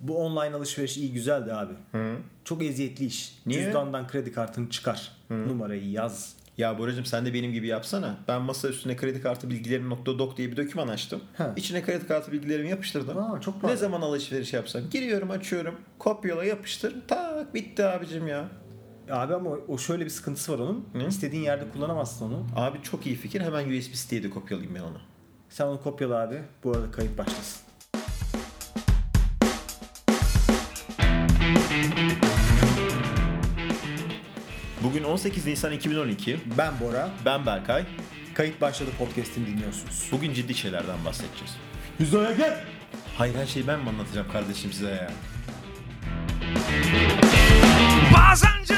Bu online alışveriş iyi güzeldi abi. Hı. Çok eziyetli iş. Niye? Cüzdandan kredi kartını çıkar. Numarayı yaz. Ya Boracığım sen de benim gibi yapsana. Ben masa üstüne kredi kartı bilgilerim.doc diye bir doküman açtım. Ha. İçine kredi kartı bilgilerimi yapıştırdım. Aa, çok ne pardon. zaman alışveriş yapsam giriyorum açıyorum. Kopyala yapıştır. Tak bitti abicim ya. Abi ama o şöyle bir sıkıntısı var onun. Hı? İstediğin yerde kullanamazsın onu. Abi çok iyi fikir. Hemen USB siteye de kopyalayayım ben onu. Sen onu kopyala abi. Bu arada kayıt başlasın. Bugün 18 Nisan 2012. Ben Bora. Ben Berkay. Kayıt başladı podcast'ini dinliyorsunuz. Bugün ciddi şeylerden bahsedeceğiz. Hüzaya gel. Hayır her şeyi ben mi anlatacağım kardeşim size ya?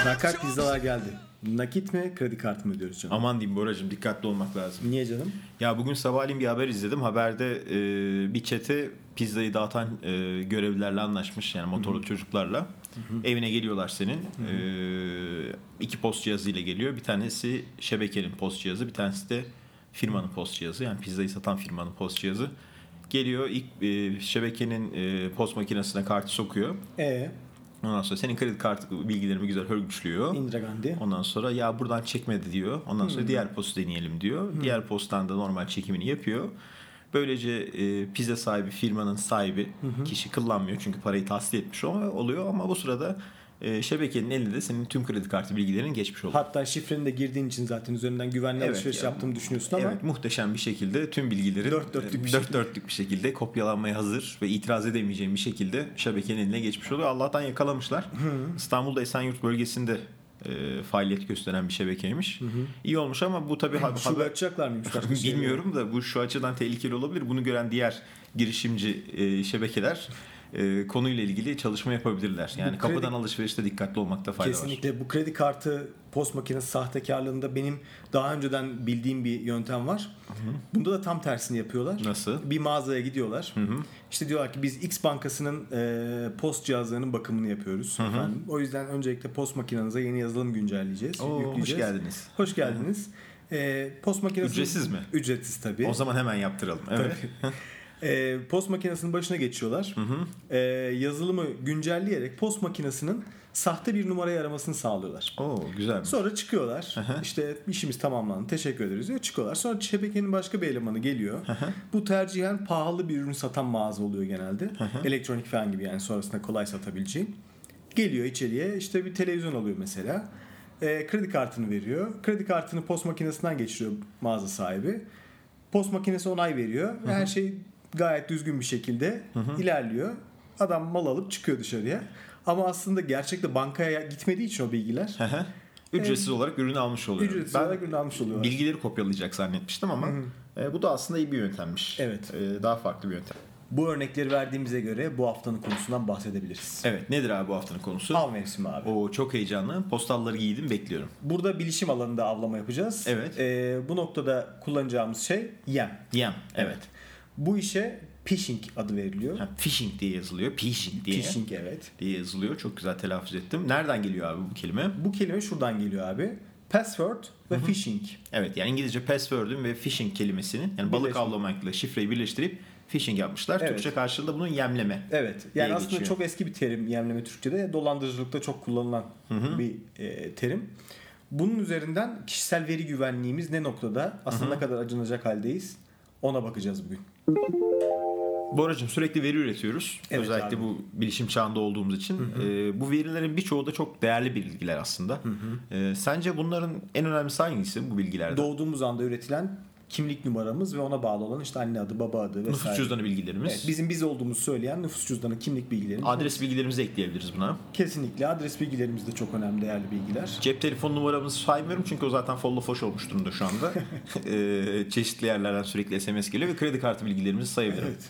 Nakart pizzalar geldi. Nakit mi kredi kartı mı ödüyoruz canım? Aman diyeyim Boracığım dikkatli olmak lazım. Niye canım? Ya bugün sabahleyin bir haber izledim. Haberde e, bir çete pizzayı dağıtan e, görevlilerle anlaşmış yani motorlu çocuklarla. Evine geliyorlar senin. E, iki post cihazı ile geliyor. Bir tanesi şebekenin post cihazı, bir tanesi de firmanın post cihazı. Yani pizzayı satan firmanın post cihazı. Geliyor ilk e, şebekenin e, post makinesine kartı sokuyor. E Ondan sonra senin kredi kartı bilgilerini güzel örgütlüyor. Indira Gandhi. Ondan sonra ya buradan çekmedi diyor. Ondan sonra diğer post deneyelim diyor. Diğer posttan da normal çekimini yapıyor. Böylece e, pizza sahibi firmanın sahibi kişi kullanmıyor çünkü parayı tahsil etmiş ama oluyor ama bu sırada e, şebekenin elinde senin tüm kredi kartı bilgilerin geçmiş oluyor. Hatta şifreni de girdiğin için zaten üzerinden güvenli Evet alışveriş ya. yaptığımı düşünüyorsun ama Evet muhteşem bir şekilde tüm bilgileri e, Dört dörtlük bir dört dörtlük bir şekilde kopyalanmaya hazır ve itiraz edemeyeceğim bir şekilde şebekenin eline geçmiş oluyor. Allah'tan yakalamışlar. İstanbul'da Esenyurt bölgesinde e, faaliyet gösteren bir şebekeymiş. İyi olmuş ama bu tabii ha- şube haber açacaklar mıymış? başka bir şey? bilmiyorum da bu şu açıdan tehlikeli olabilir. Bunu gören diğer girişimci e, şebekeler e, konuyla ilgili çalışma yapabilirler. Yani Bu kredi- kapıdan alışverişte dikkatli olmakta fayda var. Kesinlikle bu kredi kartı post makinesi sahtekarlığında benim daha önceden bildiğim bir yöntem var. Bunda da tam tersini yapıyorlar. Nasıl? Bir mağazaya gidiyorlar. İşte diyorlar ki biz X bankasının e, post cihazlarının bakımını yapıyoruz. Efendim. O yüzden öncelikle post makinenize yeni yazılım güncelleyeceğiz. Oo, hoş yükleyeceğiz. geldiniz. Hoş geldiniz. E, post makinesi Ücretsiz mi? Ücretsiz tabii. O zaman hemen yaptıralım. Evet. E, post makinesinin başına geçiyorlar. E, yazılımı güncelleyerek post makinesinin sahte bir numarayı aramasını sağlıyorlar. Oo güzel. Sonra çıkıyorlar. İşte işimiz tamamlandı. Teşekkür ederiz diyor. Çıkıyorlar. Sonra şebekenin başka bir elemanı geliyor. Bu tercihen pahalı bir ürün satan mağaza oluyor genelde. Elektronik falan gibi yani sonrasında kolay satabileceğin. Geliyor içeriye işte bir televizyon alıyor mesela. Ee, kredi kartını veriyor. Kredi kartını post makinesinden geçiriyor mağaza sahibi. Post makinesi onay veriyor. Ve her şey gayet düzgün bir şekilde ilerliyor. Adam mal alıp çıkıyor dışarıya. Ama aslında gerçekte bankaya gitmediği için o bilgiler Hı hı. Ücretsiz olarak ürünü almış oluyor. Ee, Ücretsiz ben olarak ürün almış oluyorlar. bilgileri kopyalayacak zannetmiştim ama e, bu da aslında iyi bir yöntemmiş. Evet. E, daha farklı bir yöntem. Bu örnekleri verdiğimize göre bu haftanın konusundan bahsedebiliriz. Evet nedir abi bu haftanın konusu? Av mevsimi abi. Oo çok heyecanlı. Postalları giydim bekliyorum. Burada bilişim alanında avlama yapacağız. Evet. Ee, bu noktada kullanacağımız şey yem. Yem. Evet. Bu işe phishing adı veriliyor. Ha, phishing diye yazılıyor. Phishing diye. Phishing evet. diye yazılıyor. Çok güzel telaffuz ettim. Nereden geliyor abi bu kelime? Bu kelime şuradan geliyor abi. Password ve phishing. Evet yani İngilizce password'ün ve phishing kelimesinin yani balık Birleşim. avlamakla şifreyi birleştirip phishing yapmışlar. Evet. Türkçe karşılığı da bunun yemleme. Evet. Yani diye aslında geçiyor. çok eski bir terim yemleme Türkçe'de. Dolandırıcılıkta çok kullanılan bir e, terim. Bunun üzerinden kişisel veri güvenliğimiz ne noktada? Aslında ne kadar acınacak haldeyiz? Ona bakacağız bugün. Boracığım sürekli veri üretiyoruz. Evet Özellikle abi. bu bilişim çağında olduğumuz için. Ee, bu verilerin birçoğu da çok değerli bilgiler aslında. Ee, sence bunların en önemlisi hangisi bu bilgilerde? doğduğumuz anda üretilen kimlik numaramız ve ona bağlı olan işte anne adı, baba adı vesaire. Nüfus cüzdanı bilgilerimiz. Evet, bizim biz olduğumuzu söyleyen nüfus cüzdanı, kimlik bilgilerimiz. Adres bilgilerimizi ekleyebiliriz buna. Kesinlikle adres bilgilerimiz de çok önemli, değerli bilgiler. Cep telefon numaramızı saymıyorum çünkü o zaten follow foş olmuş durumda şu anda. Ee, çeşitli yerlerden sürekli SMS geliyor ve kredi kartı bilgilerimizi sayabilirim. Evet.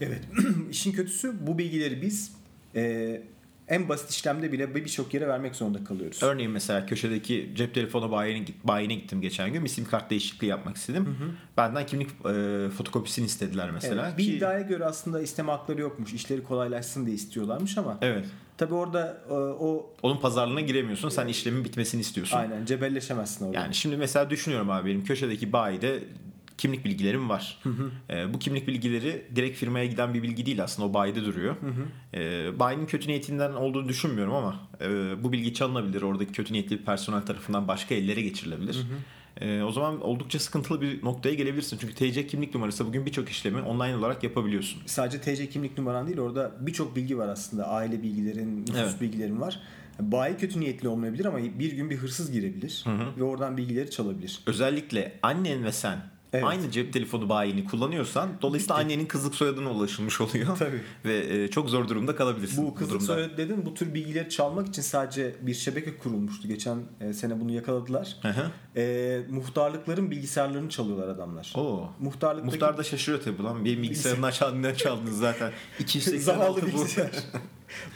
Evet. İşin kötüsü bu bilgileri biz e, en basit işlemde bile birçok yere vermek zorunda kalıyoruz. Örneğin mesela köşedeki cep telefonu bayine, bayine gittim geçen gün. Bir sim kart değişikliği yapmak istedim. Benden kimlik e, fotokopisini istediler mesela. Evet, bir ki- iddiaya göre aslında isteme hakları yokmuş. İşleri kolaylaşsın diye istiyorlarmış ama Evet. tabii orada e, o Onun pazarlığına giremiyorsun. Sen işlemin bitmesini istiyorsun. aynen cebelleşemezsin orada. Yani şimdi mesela düşünüyorum abi benim köşedeki bayide kimlik bilgilerim var. E, bu kimlik bilgileri direkt firmaya giden bir bilgi değil aslında o bayide duruyor. E, bayinin kötü niyetinden olduğunu düşünmüyorum ama e, bu bilgi çalınabilir. Oradaki kötü niyetli bir personel tarafından başka ellere geçirilebilir. E, o zaman oldukça sıkıntılı bir noktaya gelebilirsin. Çünkü TC kimlik numarası bugün birçok işlemi online olarak yapabiliyorsun. Sadece TC kimlik numaran değil orada birçok bilgi var aslında. Aile bilgilerin, nüfus Evet. bilgilerin var. Bayi kötü niyetli olmayabilir ama bir gün bir hırsız girebilir ve oradan bilgileri çalabilir. özellikle annen ve sen Evet. aynı cep telefonu bayini kullanıyorsan dolayısıyla annenin kızlık soyadına ulaşılmış oluyor. Tabii. Ve e, çok zor durumda kalabilirsin. Bu kızlık durumda. soyadı dedin bu tür bilgileri çalmak için sadece bir şebeke kurulmuştu. Geçen e, sene bunu yakaladılar. Hı hı. E, muhtarlıkların bilgisayarlarını çalıyorlar adamlar. Oo. Muhtarlıktaki Muhtar da şaşırıyor tabii lan. Benim bilgisayarımdan çaldın, çaldınız zaten. 286 Zavallı bu. bilgisayar.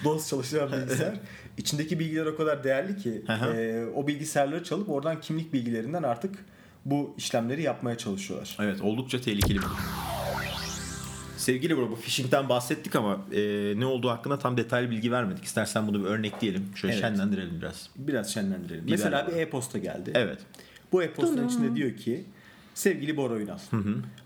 DOS çalışan bilgisayar. İçindeki bilgiler o kadar değerli ki Aha. e, o bilgisayarları çalıp oradan kimlik bilgilerinden artık bu işlemleri yapmaya çalışıyorlar. Evet oldukça tehlikeli bir durum. Sevgili bro bu phishing'den bahsettik ama e, ne olduğu hakkında tam detaylı bilgi vermedik. İstersen bunu bir örnekleyelim. Şöyle Evet. şenlendirelim biraz. Biraz şenlendirelim. Biber Mesela var. bir e-posta geldi. Evet. Bu e-postanın içinde diyor ki Sevgili Bora Ünal,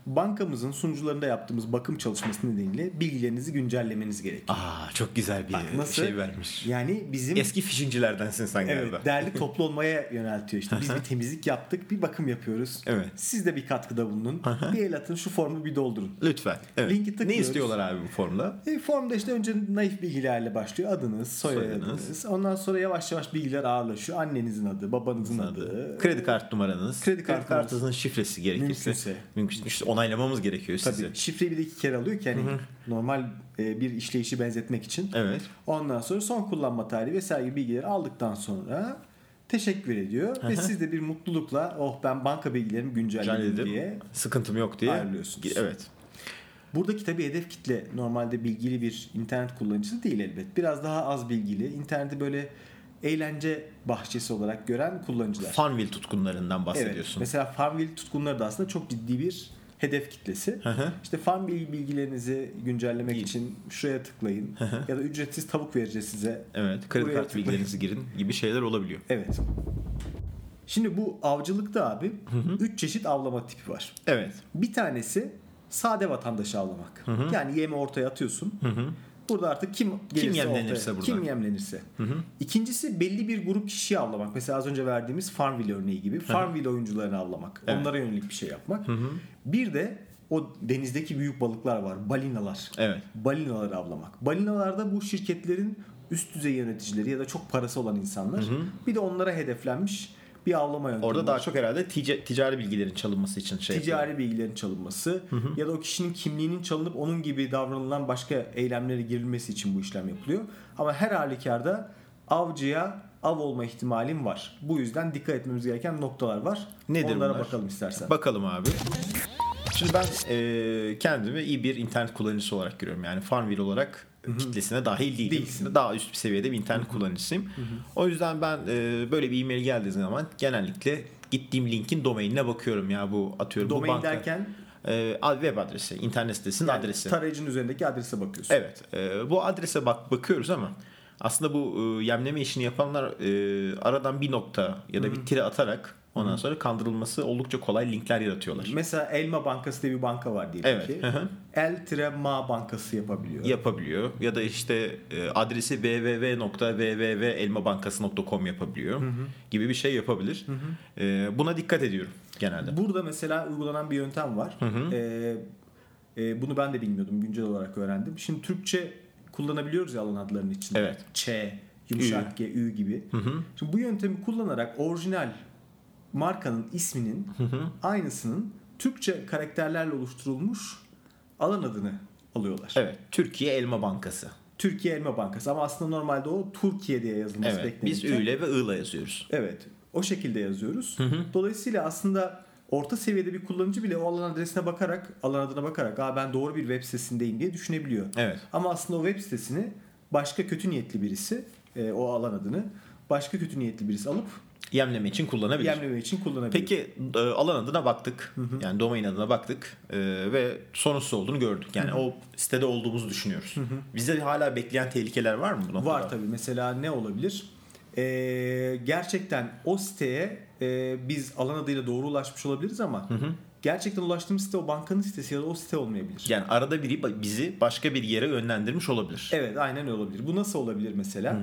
bankamızın sunucularında yaptığımız bakım çalışması nedeniyle bilgilerinizi güncellemeniz gerek. Aa çok güzel bir Nasıl? şey vermiş. Yani bizim Eski phishingcilerdensin sen Evet, galiba. derli toplu olmaya yöneltiyor işte. Biz bir temizlik yaptık, bir bakım yapıyoruz. Evet. Siz de bir katkıda bulunun. bir el atın, şu formu bir doldurun. Lütfen. Evet. Linki tıklıyoruz. ne istiyorlar abi bu formda? E, formda işte önce naif bilgilerle başlıyor. Adınız, soyadınız. Soyadınız. Ondan sonra yavaş yavaş bilgiler ağırlaşıyor. Annenizin adı, babanızın adı. Kredi kart numaranız, Kredi kart kartınızın şifresi gerekirse Mümkünse. mümkünse işte onaylamamız gerekiyor Tabii. size. Şifreyi bir de iki kere alıyor ki hani normal e, bir işleyişi benzetmek için. Evet. Ondan sonra son kullanma tarihi vesaire gibi bilgileri aldıktan sonra teşekkür ediyor. Ve siz de bir mutlulukla oh ben banka bilgilerimi güncelledim Canlı diye Sıkıntım yok diye. Ayrılıyorsunuz. Evet. Buradaki tabii hedef kitle normalde bilgili bir internet kullanıcısı değil elbet. Biraz daha az bilgili. interneti böyle eğlence bahçesi olarak gören kullanıcılar. Farmville tutkunlarından Evet. bahsediyorsun. Mesela Farmville tutkunları da aslında çok ciddi bir hedef kitlesi. hı. işte Farmville bilgilerinizi güncellemek için şuraya tıklayın ya da ücretsiz tavuk vereceğiz size. Evet. Kredi Buraya kart tıklayın. bilgilerinizi girin gibi şeyler olabiliyor. Evet. Şimdi bu avcılıkta abi 3 çeşit avlama tipi var. Evet. Bir tanesi sade vatandaşı avlamak. Yani yemi ortaya atıyorsun. Burada artık kim gelirse yemlenirse ortaya, burada. Kim yemlenirse. İkincisi belli bir grup kişiyi avlamak. Mesela az önce verdiğimiz Farmville örneği gibi. Farmville oyuncularını avlamak. Evet. Onlara yönelik bir şey yapmak. Bir de o denizdeki büyük balıklar var. Balinalar. Evet. Balinaları avlamak. Balinalarda bu şirketlerin üst düzey yöneticileri ya da çok parası olan insanlar. Bir de onlara hedeflenmiş bir avlama yöntemi. Orada var daha çok herhalde tica- ticari bilgilerin çalınması için şey. yapıyor. ticari bilgilerin çalınması ya da o kişinin kimliğinin çalınıp onun gibi davranılan başka eylemlere girilmesi için bu işlem yapılıyor. Ama her halükarda avcıya av olma ihtimalim var. Bu yüzden dikkat etmemiz gereken noktalar var. Nedir Onlara bunlar? bakalım istersen. Bakalım abi. Şimdi ben e, kendimi iyi bir internet kullanıcısı olarak görüyorum. Yani Farmville olarak kitlesine dahil değilim. Değilsin. Daha üst bir seviyede bir internet kullanıcısıyım. O yüzden ben e, böyle bir e-mail geldiği zaman genellikle gittiğim linkin domainine bakıyorum ya bu atıyorum bu Domain banka. derken E, ad- web adresi, internet sitesinin yani adresi. tarayıcının üzerindeki adrese bakıyorsun. Evet. e, bu adrese bak bakıyoruz ama aslında bu e, yemleme işini yapanlar e, aradan bir nokta ya da bir tire atarak ondan sonra kandırılması oldukça kolay linkler yaratıyorlar. Mesela Elma Bankası diye bir banka var diyelim Evet, ki. hı hı. El-Ma Bankası yapabiliyor. yapabiliyor ya da işte e, adresi www.www.elmabankası.com yapabiliyor gibi bir şey yapabilir. E, buna dikkat ediyorum genelde. Burada mesela uygulanan bir yöntem var. Ee, e, bunu ben de bilmiyordum. Güncel olarak öğrendim. Şimdi Türkçe kullanabiliyoruz ya alan adlarının içinde. Evet. Ç, yumuşak G, Ü gibi. Şimdi bu yöntemi kullanarak orijinal markanın isminin aynısının Türkçe karakterlerle oluşturulmuş alan adını alıyorlar. Evet, Türkiye Elma Bankası. Türkiye Elma Bankası ama aslında normalde o Türkiye diye yazılması Evet, biz beklenirken- Ü ile ve I ile yazıyoruz. Evet. O şekilde yazıyoruz. Dolayısıyla aslında orta seviyede bir kullanıcı bile o alan adresine bakarak, alan adına bakarak "Aa ben doğru bir web sitesindeyim." diye düşünebiliyor. Evet. Ama aslında o web sitesini başka kötü niyetli birisi, e, o alan adını başka kötü niyetli birisi alıp Yemleme için kullanabilir. yemleme için kullanabiliyor. Peki e, alan adına baktık. Yani domain adına baktık e, ve sonuçsuz olduğunu gördük. Yani o sitede olduğumuzu düşünüyoruz. Bize hala bekleyen tehlikeler var mı bu noktada? Var tabii. Mesela ne olabilir? e, Ee, gerçekten o siteye e, biz alan adıyla doğru ulaşmış olabiliriz ama gerçekten ulaştığımız site o bankanın sitesi ya da o site olmayabilir. Yani arada biri ba- bizi başka bir yere yönlendirmiş olabilir. Evet aynen öyle olabilir. Bu nasıl olabilir mesela?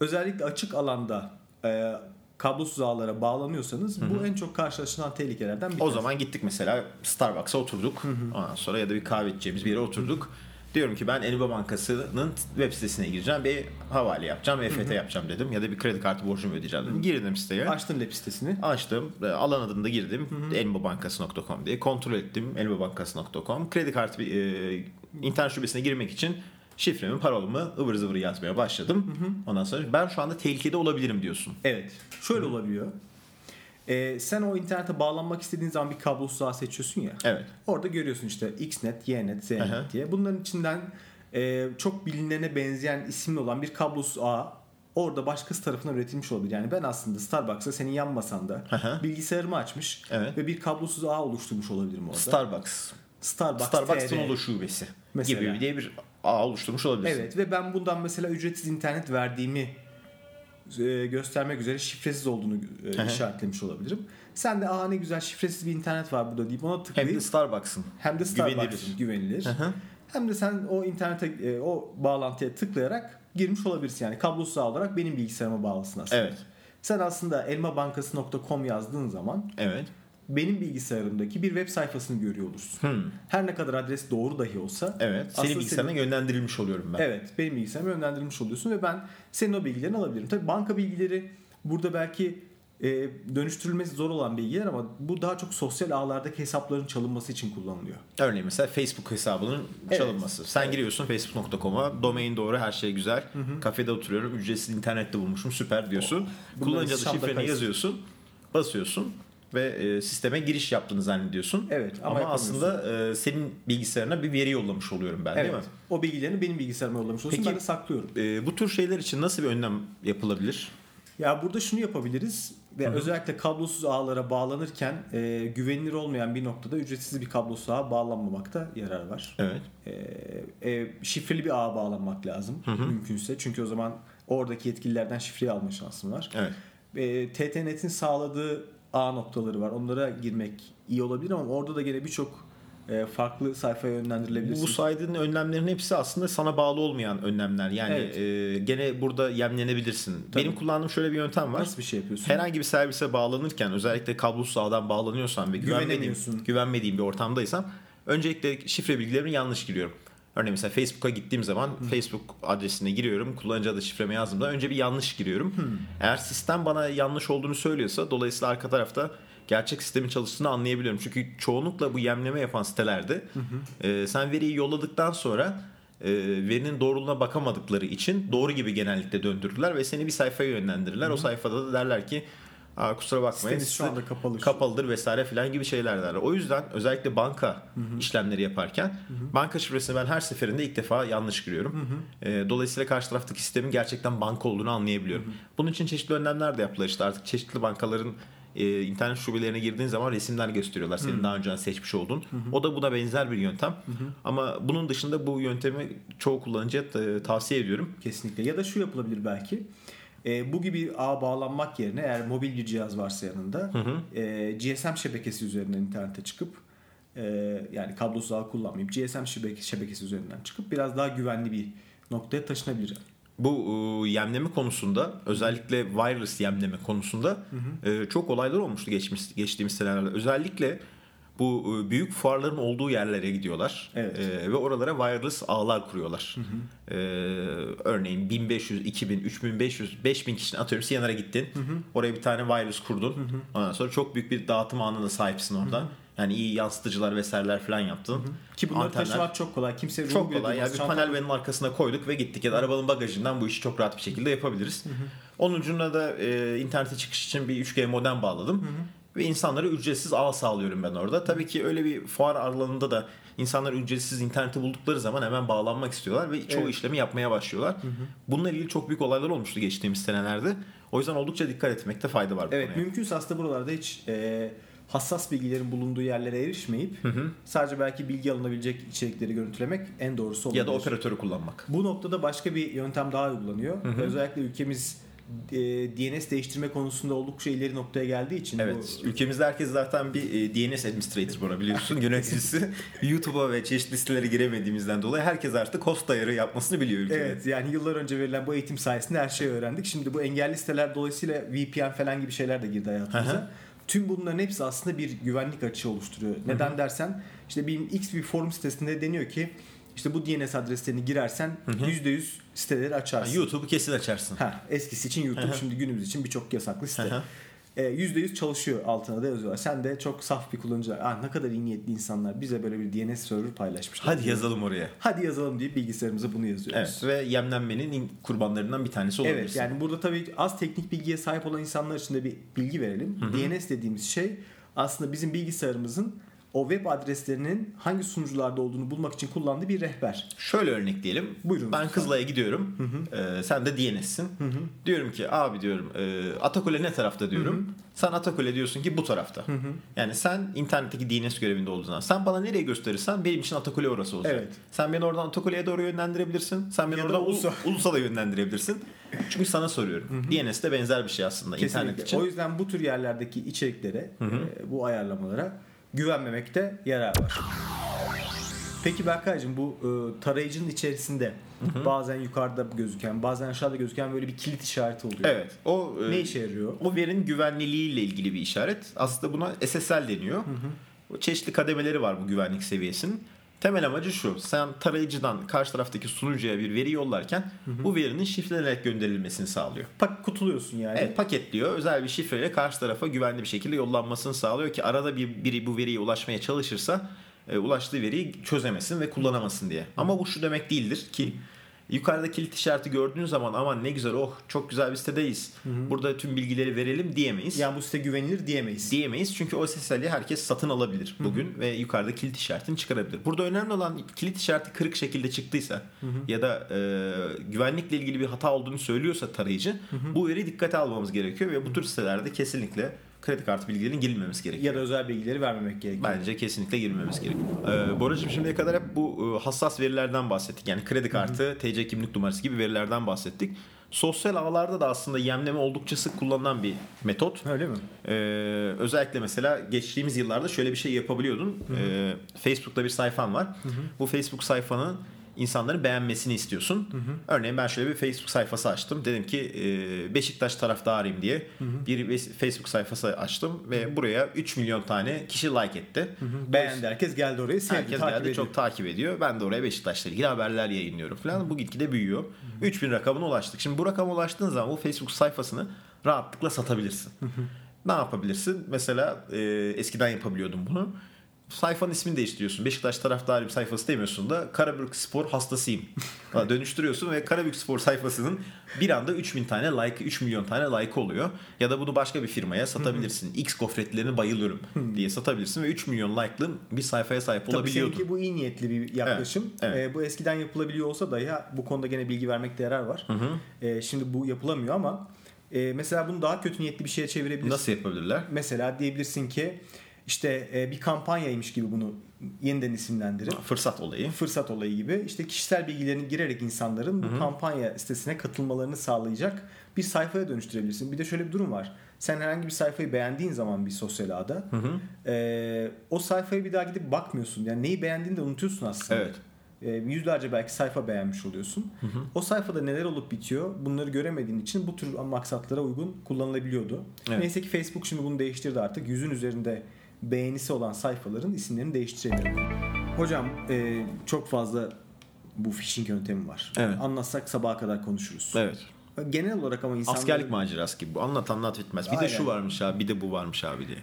Özellikle açık alanda e, kablosuz ağlara bağlanıyorsanız bu en çok karşılaşılan tehlikelerden bir O tanesi. zaman gittik mesela Starbucks'a oturduk. Ondan sonra ya da bir kahve içeceğimiz bir yere oturduk. Diyorum ki ben Elba Bankası'nın web sitesine gireceğim. Bir havale yapacağım, EFT yapacağım dedim. Ya da bir kredi kartı borcumu ödeyeceğim dedim. Girdim siteye. Açtın web sitesini. Açtım. e, Alan adını da girdim. elmabankası.com diye kontrol ettim. elmabankası.com. Kredi kartı e, internet şubesine girmek için şifremi, parolamı ıvır zıvır yazmaya başladım. Ondan sonra ben şu anda tehlikede olabilirim diyorsun. Evet. Şöyle olabiliyor. E, sen o internete bağlanmak istediğin zaman bir kablosuz ağ seçiyorsun ya. Evet. Orada görüyorsun işte Xnet, Ynet, Znet Aha. diye. Bunların içinden e, çok bilinene benzeyen isimli olan bir kablosuz ağ orada başkası tarafından üretilmiş olabilir. Yani ben aslında Starbucks'a senin yan masanda Aha. bilgisayarımı açmış Evet. ve bir kablosuz ağ oluşturmuş olabilirim orada. Starbucks. Starbucks Starbucks'ın TR. olu şubesi Mesela. gibi diye bir ağ oluşturmuş olabilirsin. Evet ve ben bundan mesela ücretsiz internet verdiğimi e, göstermek üzere şifresiz olduğunu e, hı. işaretlemiş olabilirim. Sen de aa ne güzel şifresiz bir internet var burada deyip ona Hem de tıklayıp Starbucks'ın. hem de Starbucks'ın güvenilir. güvenilir. hı. Hem de sen o internete e, o bağlantıya tıklayarak girmiş olabilirsin. Yani kablosuz ağ olarak benim bilgisayarıma bağlısın aslında. Evet. Sen aslında elmabankası.com yazdığın zaman Evet. benim bilgisayarımdaki bir web sayfasını görüyor olursun. Hmm. Her ne kadar adres doğru dahi olsa Evet. aslında Seni bilgisayarına yönlendirilmiş oluyorum ben. Evet benim bilgisayarıma yönlendirilmiş oluyorsun ve ben senin o bilgilerini alabilirim. Tabii banka bilgileri burada belki e, dönüştürülmesi zor olan bilgiler ama bu daha çok sosyal ağlardaki hesapların çalınması için kullanılıyor. Örneğin mesela Facebook hesabının Evet. çalınması. Sen giriyorsun facebook.com'a. Domain doğru, her şey güzel. Kafede oturuyorum. Ücretsiz internette bulmuşum. Süper diyorsun. Bunları Kullanıcı adı Şam'da şifreni kayıt. yazıyorsun. Basıyorsun ve e, sisteme giriş yaptığını zannediyorsun. Evet, ama ama, yapamıyorsun. aslında e, senin bilgisayarına bir veri yollamış oluyorum ben Evet. değil mi? O bilgilerini benim bilgisayarıma yollamış olsun Peki- ben de saklıyorum. E, bu tür şeyler için nasıl bir önlem yapılabilir? Ya burada şunu yapabiliriz. ve özellikle kablosuz ağlara bağlanırken e, güvenilir olmayan bir noktada ücretsiz bir kablosuz ağa bağlanmamakta yarar var. Evet. e, e, şifreli bir ağa bağlanmak lazım mümkünse. Çünkü o zaman oradaki yetkililerden şifreyi alma şansın var. Evet. E, TTNet'in sağladığı ağ noktaları var. Onlara girmek iyi olabilir ama orada da gene birçok e, farklı sayfaya yönlendirilebilirsin. Bu saydığın önlemlerin hepsi aslında sana bağlı olmayan önlemler. Yani Evet. e, gene burada yemlenebilirsin. Tabii. Benim kullandığım şöyle bir yöntem var. Nasıl bir şey yapıyorsun? Herhangi bir servise bağlanırken özellikle kablosuz ağdan bağlanıyorsam ve güvenmediğim, Güvenemiyorsun. güvenmediğim bir ortamdaysam öncelikle şifre bilgilerimi yanlış giriyorum. Örneğin mesela Facebook'a gittiğim zaman Facebook adresine giriyorum. Kullanıcı adı şifremi yazdığımda önce bir yanlış giriyorum. Eğer sistem bana yanlış olduğunu söylüyorsa dolayısıyla arka tarafta gerçek sistemin çalıştığını anlayabiliyorum. Çünkü çoğunlukla bu yemleme yapan sitelerde e, sen veriyi yolladıktan sonra e, verinin doğruluğuna bakamadıkları için doğru gibi genellikle döndürürler ve seni bir sayfaya yönlendirirler. O sayfada da derler ki Aa, kusura bakmayın Siteniz şu anda sizi- kapalı." kapalıdır vesaire filan gibi şeyler derler. O yüzden özellikle banka işlemleri yaparken banka şifresini ben her seferinde ilk defa yanlış giriyorum. E, dolayısıyla karşı taraftaki sistemin gerçekten banka olduğunu anlayabiliyorum. Bunun için çeşitli önlemler de yaptılar işte artık çeşitli bankaların e, internet şubelerine girdiğin zaman resimler gösteriyorlar senin daha önceden seçmiş olduğun. O da buna benzer bir yöntem. Ama bunun dışında bu yöntemi çoğu kullanıcıya da- tavsiye ediyorum. Kesinlikle. Ya da şu yapılabilir belki. E, bu gibi ağa bağlanmak yerine eğer mobil bir cihaz varsa yanında e, GSM şebekesi üzerinden internete çıkıp e, yani kablosuz ağ kullanmayıp GSM şebeke- şebekesi üzerinden çıkıp biraz daha güvenli bir noktaya taşınabilir. Bu e, yemleme konusunda özellikle wireless yemleme konusunda e, çok olaylar olmuştu geçmiş geçtiğimiz senelerde. Özellikle bu e, büyük fuarların olduğu yerlere gidiyorlar Evet. E, ve oralara wireless ağlar kuruyorlar. E, örneğin 1500, 2000, 3500, 5000 kişinin atıyorum Siyanar'a gittin. Oraya bir tane wireless kurdun. Ondan sonra çok büyük bir dağıtım anına sahipsin orada. Yani iyi yansıtıcılar vesaireler falan yaptın. Ki bunları Antenler. taşımak çok kolay. Kimse Çok kolay. Yani bir panelvenin arkasına koyduk ve gittik. Ya da arabanın bagajından bu işi çok rahat bir şekilde yapabiliriz. Onun ucuna da e, internete çıkış için bir 3G modem bağladım. Ve insanlara ücretsiz ağ sağlıyorum ben orada. Tabii ki öyle bir fuar alanında da insanlar ücretsiz interneti buldukları zaman hemen bağlanmak istiyorlar ve çoğu Evet. işlemi yapmaya başlıyorlar. Bununla ilgili çok büyük olaylar olmuştu geçtiğimiz senelerde. O yüzden oldukça dikkat etmekte fayda var bu Evet konuya. mümkünse aslında buralarda hiç e, hassas bilgilerin bulunduğu yerlere erişmeyip sadece belki bilgi alınabilecek içerikleri görüntülemek en doğrusu olabilir. Ya da operatörü kullanmak. Bu noktada başka bir yöntem daha uygulanıyor. Özellikle ülkemiz e, DNS değiştirme konusunda oldukça ileri noktaya geldiği için Evet. bu Ülkemizde herkes zaten bir e, DNS administrator bana biliyorsun yöneticisi. YouTube'a ve çeşitli sitelere giremediğimizden dolayı herkes artık host ayarı yapmasını biliyor ülkede. Evet yani yıllar önce verilen bu eğitim sayesinde her şeyi öğrendik. Şimdi bu engelli siteler dolayısıyla VPN falan gibi şeyler de girdi Hı hayatımıza. hı. Tüm bunların hepsi aslında bir güvenlik açığı oluşturuyor. Neden dersen işte benim X bir forum sitesinde deniyor ki işte bu DNS adreslerini girersen %100 siteleri Ha, açarsın. YouTube'u kesin açarsın. Ha, eskisi için YouTube şimdi günümüz için birçok yasaklı site. Aha. E, %100 çalışıyor altına da yazıyorlar. Sen de çok saf bir kullanıcı. Ah ne kadar iyi niyetli insanlar bize böyle bir DNS server paylaşmışlar. Hadi yazalım oraya. Hadi yazalım deyip bilgisayarımıza bunu yazıyoruz. Evet ve yemlenmenin in- kurbanlarından bir tanesi olabilirsin. Evet yani burada tabii az teknik bilgiye sahip olan insanlar için de bir bilgi verelim. DNS dediğimiz şey aslında bizim bilgisayarımızın o web adreslerinin hangi sunucularda olduğunu bulmak için kullandığı bir rehber. Şöyle örnekleyelim. Buyurun Ben lütfen. Kızılay'a gidiyorum. Ee, sen de DNS'sin. Diyorum ki abi diyorum e, Atakule ne tarafta diyorum. Sen Atakule diyorsun ki bu tarafta. Yani sen internetteki DNS görevinde olduğun zaman sen bana nereye gösterirsen benim için Atakule orası olacak. Evet. Sen beni oradan Atakule'ye doğru yönlendirebilirsin. Sen beni Ya da oradan Ulusal. Ulusal. Ulusal'a yönlendirebilirsin. Çünkü sana soruyorum. DNS de benzer bir şey aslında Kesinlikle. internet için. O yüzden bu tür yerlerdeki içeriklere, e, bu ayarlamalara güvenmemekte yarar var. Peki Berkay'cığım bu e, tarayıcının içerisinde bazen yukarıda gözüken bazen aşağıda gözüken böyle bir kilit işareti oluyor. Evet. O e, Ne işe yarıyor? O verinin güvenliliğiyle ilgili bir işaret. Aslında buna SSL deniyor. Çeşitli kademeleri var bu güvenlik seviyesinin. Temel amacı şu. Sen tarayıcıdan karşı taraftaki sunucuya bir veri yollarken bu verinin şifrelenerek gönderilmesini sağlıyor. Pak kutuluyorsun yani. Evet, paketliyor. Özel bir şifreyle karşı tarafa güvenli bir şekilde yollanmasını sağlıyor ki arada bir biri bu veriye ulaşmaya çalışırsa e, ulaştığı veriyi çözemesin ve kullanamasın diye. Ama bu şu demek değildir ki yukarıda kilit işareti gördüğün zaman aman ne güzel oh çok güzel bir sitedeyiz. Burada tüm bilgileri verelim diyemeyiz. Yani bu site güvenilir diyemeyiz. diyemeyiz çünkü o SSL'i herkes satın alabilir bugün ve yukarıda kilit işaretini çıkarabilir. Burada önemli olan kilit işareti kırık şekilde çıktıysa ya da e, güvenlikle ilgili bir hata olduğunu söylüyorsa tarayıcı bu veri dikkate almamız gerekiyor ve bu tür sitelerde kesinlikle kredi kartı bilgilerinin girilmemesi gerekiyor. ya da özel bilgileri vermemek gerekiyor. Bence kesinlikle girmemiz gerekiyor. Ee, Boracığım şimdiye kadar hep bu e, hassas verilerden bahsettik. Yani kredi kartı, TC kimlik numarası gibi verilerden bahsettik. Sosyal ağlarda da aslında yemleme oldukça sık kullanılan bir metot. Öyle mi? Ee, özellikle mesela geçtiğimiz yıllarda şöyle bir şey yapabiliyordun. Ee, Facebook'ta bir sayfan var. Bu Facebook sayfanın insanların beğenmesini istiyorsun. Örneğin ben şöyle bir Facebook sayfası açtım. Dedim ki e, Beşiktaş taraftarıyım diye bir bes- Facebook sayfası açtım ve buraya 3 milyon tane kişi like etti. Beğendi herkes geldi oraya sevdi Herkes takip geldi ediyor. çok takip ediyor. Ben de oraya Beşiktaş'la ilgili haberler yayınlıyorum falan. Bu gitgide büyüyor. 3000 rakamına ulaştık. Şimdi bu rakama ulaştığın zaman bu Facebook sayfasını rahatlıkla satabilirsin. ne yapabilirsin? Mesela e, eskiden yapabiliyordum bunu. Sayfanın ismini değiştiriyorsun. Beşiktaş taraftarıyım sayfası demiyorsun da Karabük Spor hastasıyım. Falan Dönüştürüyorsun ve Karabük Spor sayfasının bir anda 3000 tane like, 3 milyon tane like oluyor. Ya da bunu başka bir firmaya satabilirsin. X gofretlerine bayılıyorum diye satabilirsin ve 3 milyon like'lığın bir sayfaya sahip Tabii olabiliyordun. seninki bu iyi niyetli bir yaklaşım. Evet, evet. Ee, bu eskiden yapılabiliyor olsa da ya bu konuda gene bilgi vermekte yarar var. Ee, şimdi bu yapılamıyor ama e, mesela bunu daha kötü niyetli bir şeye çevirebilirsin. Nasıl yapabilirler? Mesela diyebilirsin ki işte e, bir kampanyaymış gibi bunu yeniden isimlendirip Fırsat olayı. fırsat olayı gibi işte kişisel bilgilerini girerek insanların bu kampanya sitesine katılmalarını sağlayacak bir sayfaya dönüştürebilirsin. Bir de şöyle bir durum var. Sen herhangi bir sayfayı beğendiğin zaman bir sosyal ağda e, o sayfaya bir daha gidip bakmıyorsun. Yani neyi beğendiğini de unutuyorsun aslında. Evet. E, yüzlerce belki sayfa beğenmiş oluyorsun. O sayfada neler olup bitiyor bunları göremediğin için bu tür maksatlara uygun kullanılabiliyordu. Evet. Neyse ki Facebook şimdi bunu değiştirdi artık. Yüzün üzerinde beğenisi olan sayfaların isimlerini değiştiremiyor. Hocam e, çok fazla bu phishing yöntemi var. Evet. Anlatsak sabaha kadar konuşuruz. Evet. Genel olarak ama insanların... Askerlik macerası gibi. Bu Anlat anlat bitmez. Bir de Aynen. şu varmış abi, bir de bu varmış abi diye.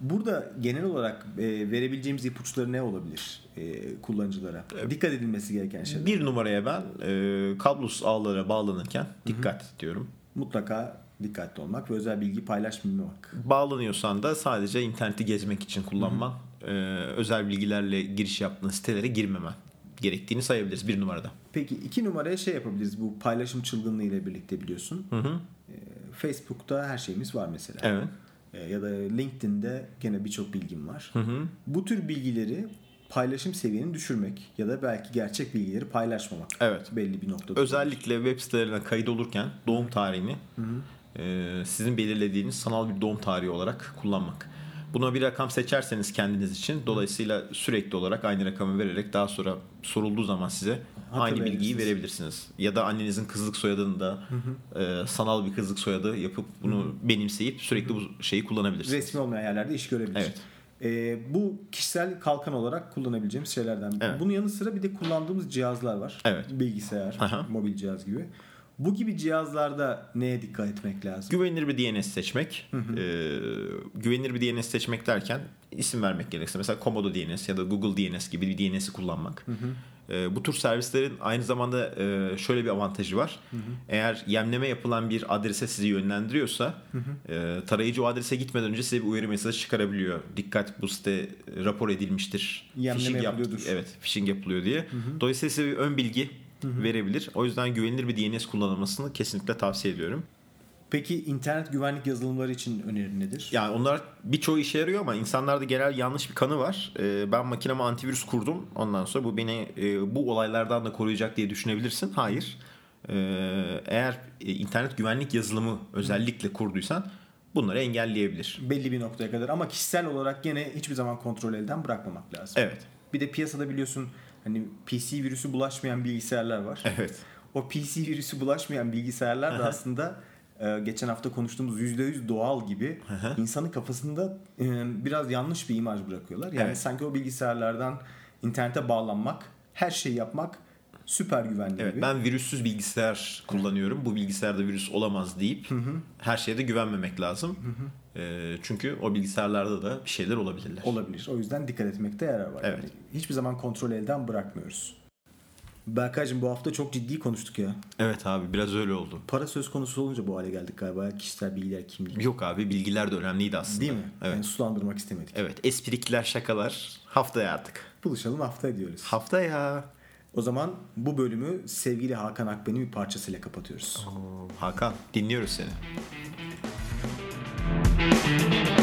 Burada genel olarak e, verebileceğimiz ipuçları ne olabilir e, kullanıcılara? Dikkat edilmesi gereken şey şeyler. Bir numaraya ben e, kablosuz ağlara bağlanırken dikkat diyorum. Mutlaka dikkatli olmak ve özel bilgi paylaşmamak. Bağlanıyorsan da sadece interneti gezmek için kullanman, e, özel bilgilerle giriş yaptığın sitelere girmemen gerektiğini sayabiliriz bir numarada. Peki iki numaraya şey yapabiliriz bu paylaşım çılgınlığı ile birlikte biliyorsun. E, Facebook'ta her şeyimiz var mesela. Ee, Evet. E, ya da LinkedIn'de gene birçok bilgim var. Bu tür bilgileri paylaşım seviyeni düşürmek ya da belki gerçek bilgileri paylaşmamak Evet. belli bir noktada. Özellikle web sitelerine kayıt olurken doğum tarihini e, sizin belirlediğiniz sanal bir doğum tarihi olarak kullanmak. Buna bir rakam seçerseniz kendiniz için dolayısıyla sürekli olarak aynı rakamı vererek daha sonra sorulduğu zaman size aynı bilgiyi verebilirsiniz. Ya da annenizin kızlık soyadını da e, sanal bir kızlık soyadı yapıp bunu benimseyip sürekli bu şeyi kullanabilirsiniz. resmi olmayan yerlerde iş görebilir. Evet. Ee, bu kişisel kalkan olarak kullanabileceğimiz şeylerden biri. Evet. Bunun yanı sıra bir de kullandığımız cihazlar var. Evet. Bilgisayar, Aha. mobil cihaz gibi. Bu gibi cihazlarda neye dikkat etmek lazım? Güvenilir bir DNS seçmek. Ee, güvenilir bir DNS seçmek derken isim vermek gerekirse mesela Komodo DNS ya da Google DNS gibi bir DNS'i kullanmak. Ee, bu tür servislerin aynı zamanda e, şöyle bir avantajı var. Eğer yemleme yapılan bir adrese sizi yönlendiriyorsa e, tarayıcı o adrese gitmeden önce size bir uyarı mesajı çıkarabiliyor. Dikkat bu site rapor edilmiştir. Yemleme Phishing yap- yapılıyordur. evet, phishing yapılıyor diye. Dolayısıyla size bir ön bilgi verebilir. O yüzden güvenilir bir DNS kullanılmasını kesinlikle tavsiye ediyorum. Peki internet güvenlik yazılımları için önerin nedir? Yani onlar birçoğu işe yarıyor ama insanlarda genel yanlış bir kanı var. Ee, ben makineme antivirüs kurdum. Ondan sonra bu beni e, bu olaylardan da koruyacak diye düşünebilirsin. Hayır. Ee, eğer e, internet güvenlik yazılımı özellikle kurduysan bunları engelleyebilir. Belli bir noktaya kadar ama kişisel olarak gene hiçbir zaman kontrol elden bırakmamak lazım. Evet. Bir de piyasada biliyorsun hani PC virüsü bulaşmayan bilgisayarlar var. Evet. O PC virüsü bulaşmayan bilgisayarlar da aslında e, geçen hafta konuştuğumuz %100 doğal gibi insanın kafasında e, biraz yanlış bir imaj bırakıyorlar. Yani Evet. sanki o bilgisayarlardan internete bağlanmak, her şeyi yapmak süper güvenli Evet. gibi. Ben virüssüz bilgisayar kullanıyorum. Bu bilgisayarda virüs olamaz deyip her şeye de güvenmemek lazım. Ee, çünkü o bilgisayarlarda da bir şeyler olabilirler. olabilir. O yüzden dikkat etmekte yarar var. Evet. Yani hiçbir zaman kontrol elden bırakmıyoruz. Berkaycığım bu hafta çok ciddi konuştuk ya. evet abi biraz öyle oldu. Para söz konusu olunca bu hale geldik galiba. Kişisel bilgiler, kimlik. Yok abi bilgiler de önemliydi aslında. Değil mi? Evet. Yani sulandırmak istemedik. Evet esprikler şakalar haftaya artık. Buluşalım hafta diyoruz. Haftaya. O zaman bu bölümü sevgili Hakan Akben'in bir parçasıyla kapatıyoruz. Hakan dinliyoruz seni.